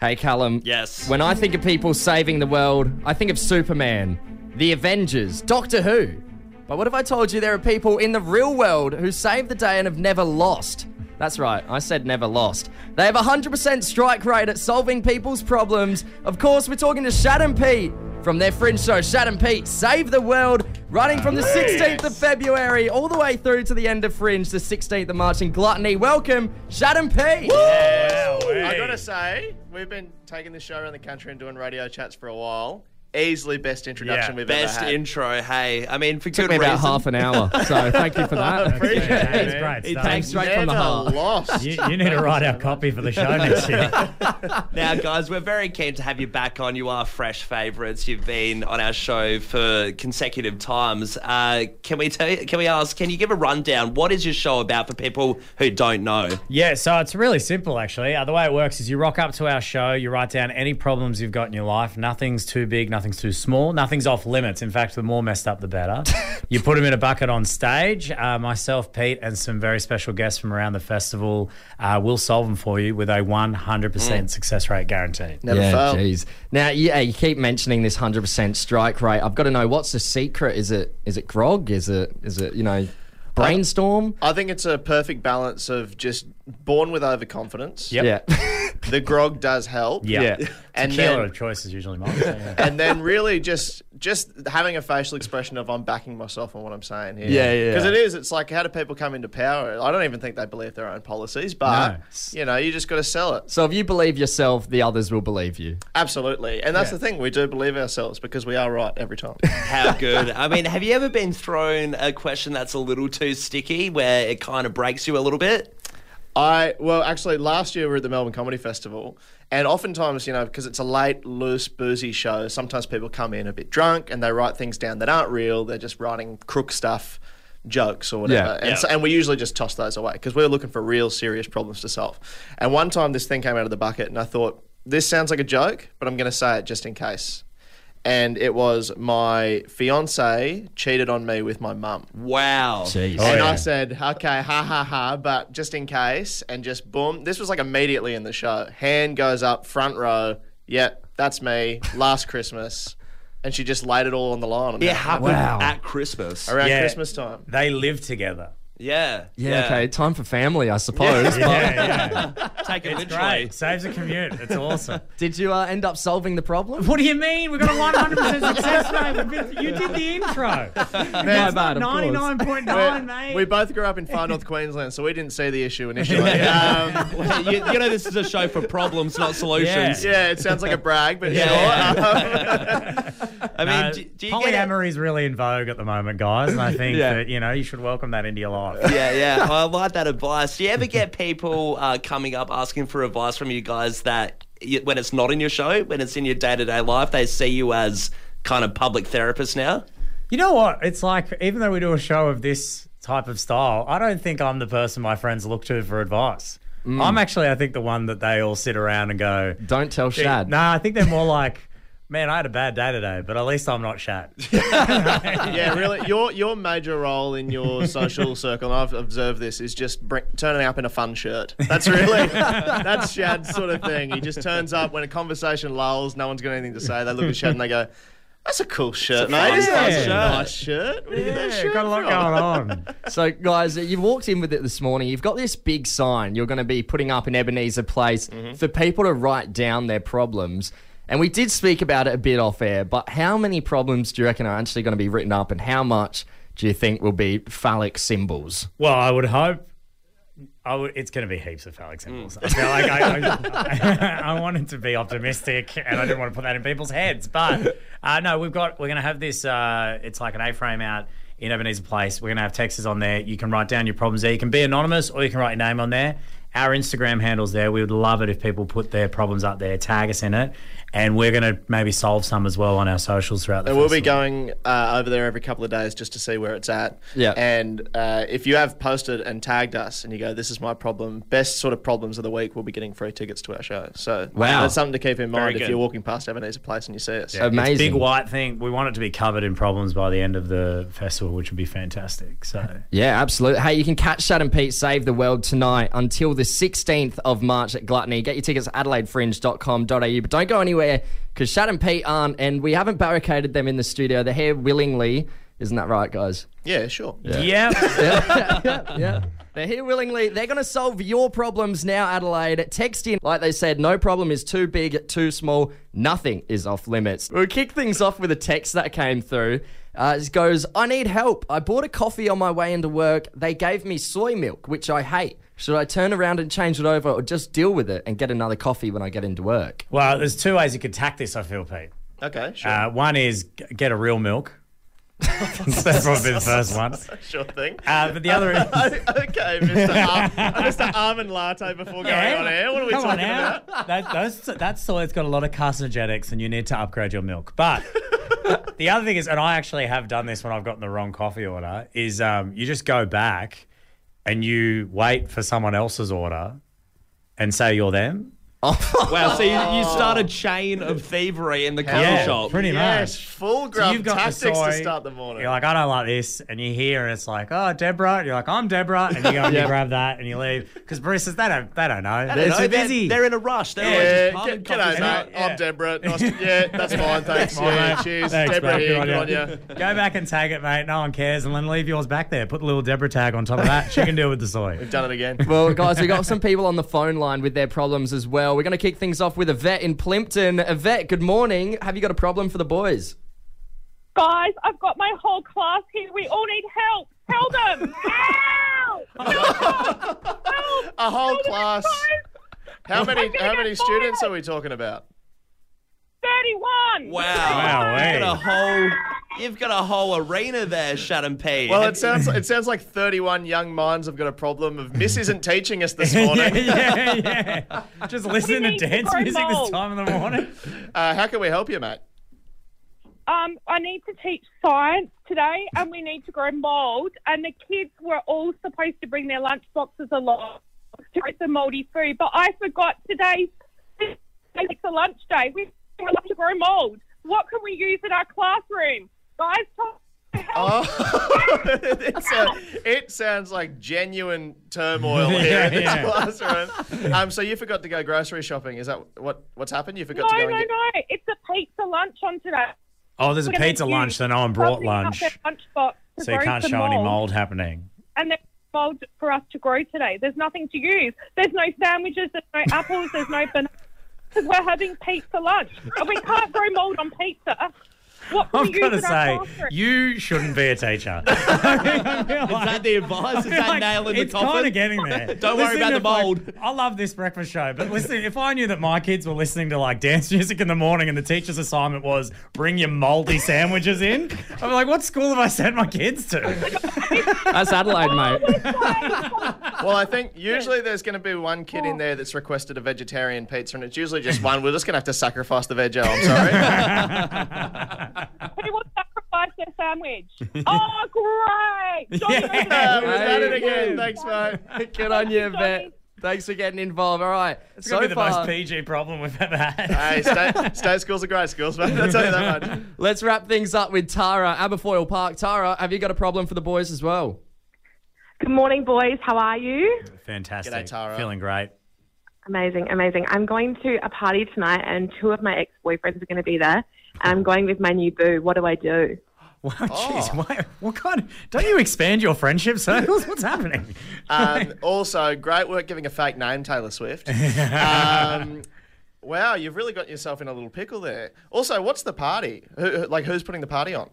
Hey, Callum. Yes. When I think of people saving the world, I think of Superman, the Avengers, Doctor Who. But what if I told you there are people in the real world who save the day and have never lost? That's right, I said never lost. They have a 100% strike rate at solving people's problems. Of course, we're talking to Shad and Pete from their fringe show, Shad and Pete Save the World, running from the 16th of February all the way through to the end of Fringe, the 16th of March in Gluttony. Welcome, Shad and Pete! I gotta say, we've been taking this show around the country and doing radio chats for a while. Easily best introduction Yeah, we've Best ever had. intro, hey. I mean, for Took good me about reason. half an hour, so thank you for that. Appreciate it, That's man. great It stuff. takes straight from the Never heart. lost. You, you need to write our copy for the show next year. Now, guys, we're very keen to have you back on. You are fresh favourites. You've been on our show for consecutive times. Uh, can we tell you, Can we ask? Can you give a rundown? What is your show about for people who don't know? Yeah, so it's really simple actually. Uh, the way it works is you rock up to our show, you write down any problems you've got in your life. Nothing's too big, nothing's too small, nothing's off limits. In fact, the more messed up, the better. you put them in a bucket on stage. Uh, myself, Pete, and some very special guests from around the festival uh, will solve them for you with a 100% success rate guaranteed. Mm. Never failed. Jeez. Now, yeah, you keep mentioning this hundred percent strike rate. I've got to know what's the secret. Is it is it grog? Is it is it you know brainstorm? I think it's a perfect balance of just born with overconfidence. Yep. Yeah. The grog does help. Yeah. Yeah. And Killer then of choices usually, mine. so, yeah. and then really just just having a facial expression of I'm backing myself on what I'm saying here. Yeah, yeah, Because yeah. it is. It's like how do people come into power? I don't even think they believe their own policies, but No. you know, you just got to sell it. so if you believe yourself, the others will believe you. Absolutely. And that's the thing. We do believe ourselves because we are right every time. How good. I mean, have you ever been thrown a question that's a little too sticky where it kind of breaks you a little bit? I well, actually, last year we were at the Melbourne Comedy Festival, and oftentimes, you know, because it's a late, loose, boozy show, sometimes people come in a bit drunk and they write things down that aren't real. They're just writing crook stuff, jokes or whatever, Yeah, and, So, and we usually just toss those away because we were looking for real, serious problems to solve. And one time, this thing came out of the bucket, and I thought, this sounds like a joke, but I'm going to say it just in case. And it was my fiance cheated on me with my mum. Wow. Oh, and yeah. I said, okay, ha ha ha, but just in case, and just boom. This was like immediately in the show. Hand goes up, front row. Yep, that's me. Last Christmas, and she just laid it all on the line. On It that. happened Wow. at Christmas. around Yeah. Christmas time. They live together. Yeah. yeah, Okay. Time for family, I suppose. But Yeah, yeah. Take it literally. Great. Saves a commute. It's awesome. did you uh, end up solving the problem? What do you mean? We've got a 100% success rate. We've been- You did the intro. My It's bad. Of course. 99.9, mate. We, we both grew up in far north Queensland, so we didn't see the issue initially. Um, you, you know, this is a show for problems, not solutions. yeah, it sounds like a brag, but yeah. Um, I mean, Uh, do, do you get a- polyamory is really in vogue at the moment, guys, and I think Yeah. that you know you should welcome that into your life. yeah, yeah. I like that advice. Do you ever get people uh, coming up asking for advice from you guys that you, when it's not in your show, when it's in your day to day life, they see you as kind of public therapist now? You know what? It's like even though we do a show of this type of style, I don't think I'm the person my friends look to for advice. Mm. I'm actually, I think, the one that they all sit around and go, Don't tell Shad. Nah, I think they're more like, man, I had a bad day today, but at least I'm not Shad. yeah, really. Your your major role in your social circle, and I've observed this, is just bring, turning up in a fun shirt. That's really that's Shad's sort of thing. He just turns up when a conversation lulls, no one's got anything to say. They look at Shad and they go, "That's a cool shirt, mate. fun That's shirt." a nice shirt. Where did you get that yeah, shirt got a lot from?" going on. So, guys, you walked in with it this morning. You've got this big sign you're going to be putting up in Ebenezer Place for people to write down their problems. And we did speak about it a bit off air, but how many problems do you reckon are actually going to be written up, and how much do you think will be phallic symbols? Well, I would hope. I would, it's going to be heaps of phallic symbols. I feel like I, I, I wanted to be optimistic, and I didn't want to put that in people's heads. But uh, no, we've got we're going to have this. Uh, it's like an A-frame out in Ebenezer Place. We're going to have texts on there. You can write down your problems there. You can be anonymous, or you can write your name on there. Our Instagram handles there. We would love it if people put their problems up there, tag us in it, and we're going to maybe solve some as well on our socials throughout the. And we'll be festival. going uh, over there every couple of days just to see where it's at. Yeah. And uh, if you have posted and tagged us and you go, this is my problem, best sort of problems of the week, we'll be getting free tickets to our show. So Wow. that's something to keep in mind good. if you're walking past Ebenezer Place and you see us. Amazing. It's a big white thing. We want it to be covered in problems by the end of the festival, which would be fantastic. So Yeah, absolutely. Hey, you can catch Shad and Pete Save the World tonight until the the 16th of March at Gluttony. Get your tickets at adelaidefringe.com.au. But don't go anywhere because Shad and Pete aren't, and we haven't barricaded them in the studio. They're here willingly. Isn't that right, guys? Yeah, sure. Yeah. yeah. They're here willingly. They're going to solve your problems now, Adelaide. Text in, like they said, no problem is too big, too small, nothing is off limits. We'll kick things off with a text that came through. Uh, it goes, I need help. I bought a coffee on my way into work. They gave me soy milk, which I hate. Should I turn around and change it over or just deal with it and get another coffee when I get into work? Well, there's two ways you could tack this, I feel, Pete. Okay, sure. Uh, one is g- get a real milk. That's probably the first one. sure thing. Uh, but the other is. okay, Mr. Ar- Mr. Armand Latte before going on air. What are we Come on talking now. about? That, those, that soy's got a lot of carcinogenics, and you need to upgrade your milk. But the other thing is, and I actually have done this when I've gotten the wrong coffee order, is um, you just go back and you wait for someone else's order and say you're them. Wow, so you, you start a chain of thievery in the coffee Oh. yeah, shop. pretty Yes, much. full So grub tactics to start the morning. You're like, I don't like this, and you hear, and it's like, oh, Deborah. And you're like, I'm Deborah, and you go and you grab that, and you leave because baristas they don't they don't know. They're No, they're- too busy. They're in a rush. They're always just yeah, pumping get, get coffee over out. it. Yeah. I'm Deborah. Nice to- yeah, that's fine. Thanks. All yeah, right. cheers. Thanks, Deborah mate. here. Good Good on on you. ya. Go back and tag it, mate. No one cares, and then leave yours back there. Put the little Deborah tag on top of that. She can deal with the soy. Done it again. Well, guys, we got some people on the phone line with their problems as well. We're going to kick things off with Yvette in Plimpton. Yvette, good morning. Have you got a problem for the boys? Guys, I've got my whole class here. We all need help. Tell them. Help! A whole class. How many? gonna How get many students are we talking about? 31. Wow. Wow, You've got a hey. whole you've got a whole arena there, Shad and P. Well, it sounds it sounds like 31 young minds have got a problem of Miss isn't teaching us this yeah, morning. yeah, yeah. Just listen to need to dance grow music this mold. time in the morning. Uh, how can we help you, mate? Um, I need to teach science today, and we need to grow mold. And the kids were all supposed to bring their lunch boxes along to grow some moldy food, but I forgot today. It's a lunch day. We have to grow mold. What can we use in our classroom, guys? tell me help. Oh, it's a- it sounds like genuine turmoil here in this Yeah, classroom. Um, so you forgot to go grocery shopping. Is that what what's happened? You forgot No, to go no, and get. no. It's a pizza lunch on today. Oh, there's a We're gonna pizza use lunch. Then no one brought covering up lunch, their lunchbox to so you grow can't some show any mold happening. And there's mold for us to grow today. There's nothing to use. There's no sandwiches. There's no apples. There's no bananas. 'Cause we're having pizza lunch, and we can't grow mold on pizza. What can I've we use got to in our say, classroom? you shouldn't be a teacher. I feel Is like- that the advice? Is I feel that like nail in the it's kind coffin? of getting there. Don't worry about to, the mold. Like, I love this breakfast show, but listen, if I knew that my kids were listening to like dance music in the morning and the teacher's assignment was bring your moldy sandwiches in, I'm like, what school have I sent my kids to? That's Adelaide, mate. Well, I think usually there's going to be one kid in there that's requested a vegetarian pizza, and it's usually just one. We're just going to have to sacrifice the veggie. I'm sorry. Who will sacrifice their sandwich? oh, great! Johnny Yeah. over Uh, there. we've done it again. Thanks, mate. Good on you, Yvette. Sorry. Thanks for getting involved. All right. It's so gonna be the far, most PG problem we've ever had. Hey, state, state schools are great schools, mate. I'll tell you that much. let's wrap things up with Tara, Aberfoyle Park. Tara, have you got a problem for the boys as well? Good morning, boys. How are you? Fantastic. G'day, Tara. Feeling great. Amazing, amazing. I'm going to a party tonight, and two of my ex boyfriends are going to be there. And I'm going with my new boo. What do I do? Wow, Oh. jeez, why- what kind? Don't you expand your friendship circles? What's happening? Um, also, great work giving a fake name, Taylor Swift. Um, wow, you've really got yourself in a little pickle there. Also, what's the party? Who, who- like, who's putting the party on?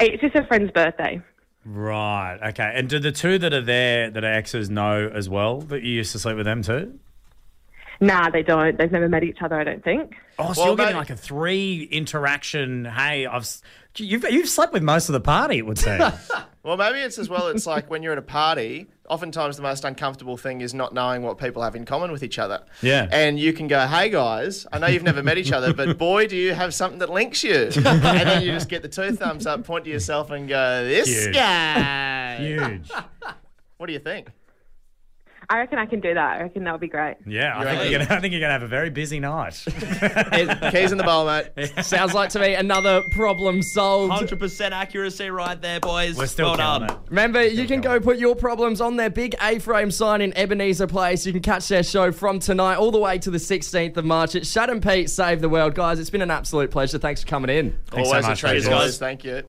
It's just a friend's birthday. Right. Okay. And do the two that are there that are exes know as well that you used to sleep with them too? Nah, they don't. They've never met each other, I don't think. Oh, so Well, you're getting that- like a three interaction. Hey, I've s- you've you've slept with most of the party. It would seem. Well, maybe it's as well. It's like when you're at a party. Oftentimes, the most uncomfortable thing is not knowing what people have in common with each other. Yeah. And you can go, "Hey guys, I know you've never met each other, but boy, do you have something that links you." and then you just get the two thumbs up, point to yourself, and go, "This Huge. guy." Huge. What do you think? I reckon I can do that. I reckon that would be great. Yeah, I think, you're gonna, I think you're gonna have a very busy night. Keys in the bowl, mate. Sounds like to me another problem solved. 100% accuracy right there, boys. We're still well killing done. it. Remember, you can go put your problems on their big A-frame sign in Ebenezer Place. You can catch their show from tonight all the way to the 16th of March. It's Shad and Pete Save the World. Guys, it's been an absolute pleasure. Thanks for coming in. Thanks so Always a much, treat, Rachel. guys. Thank you.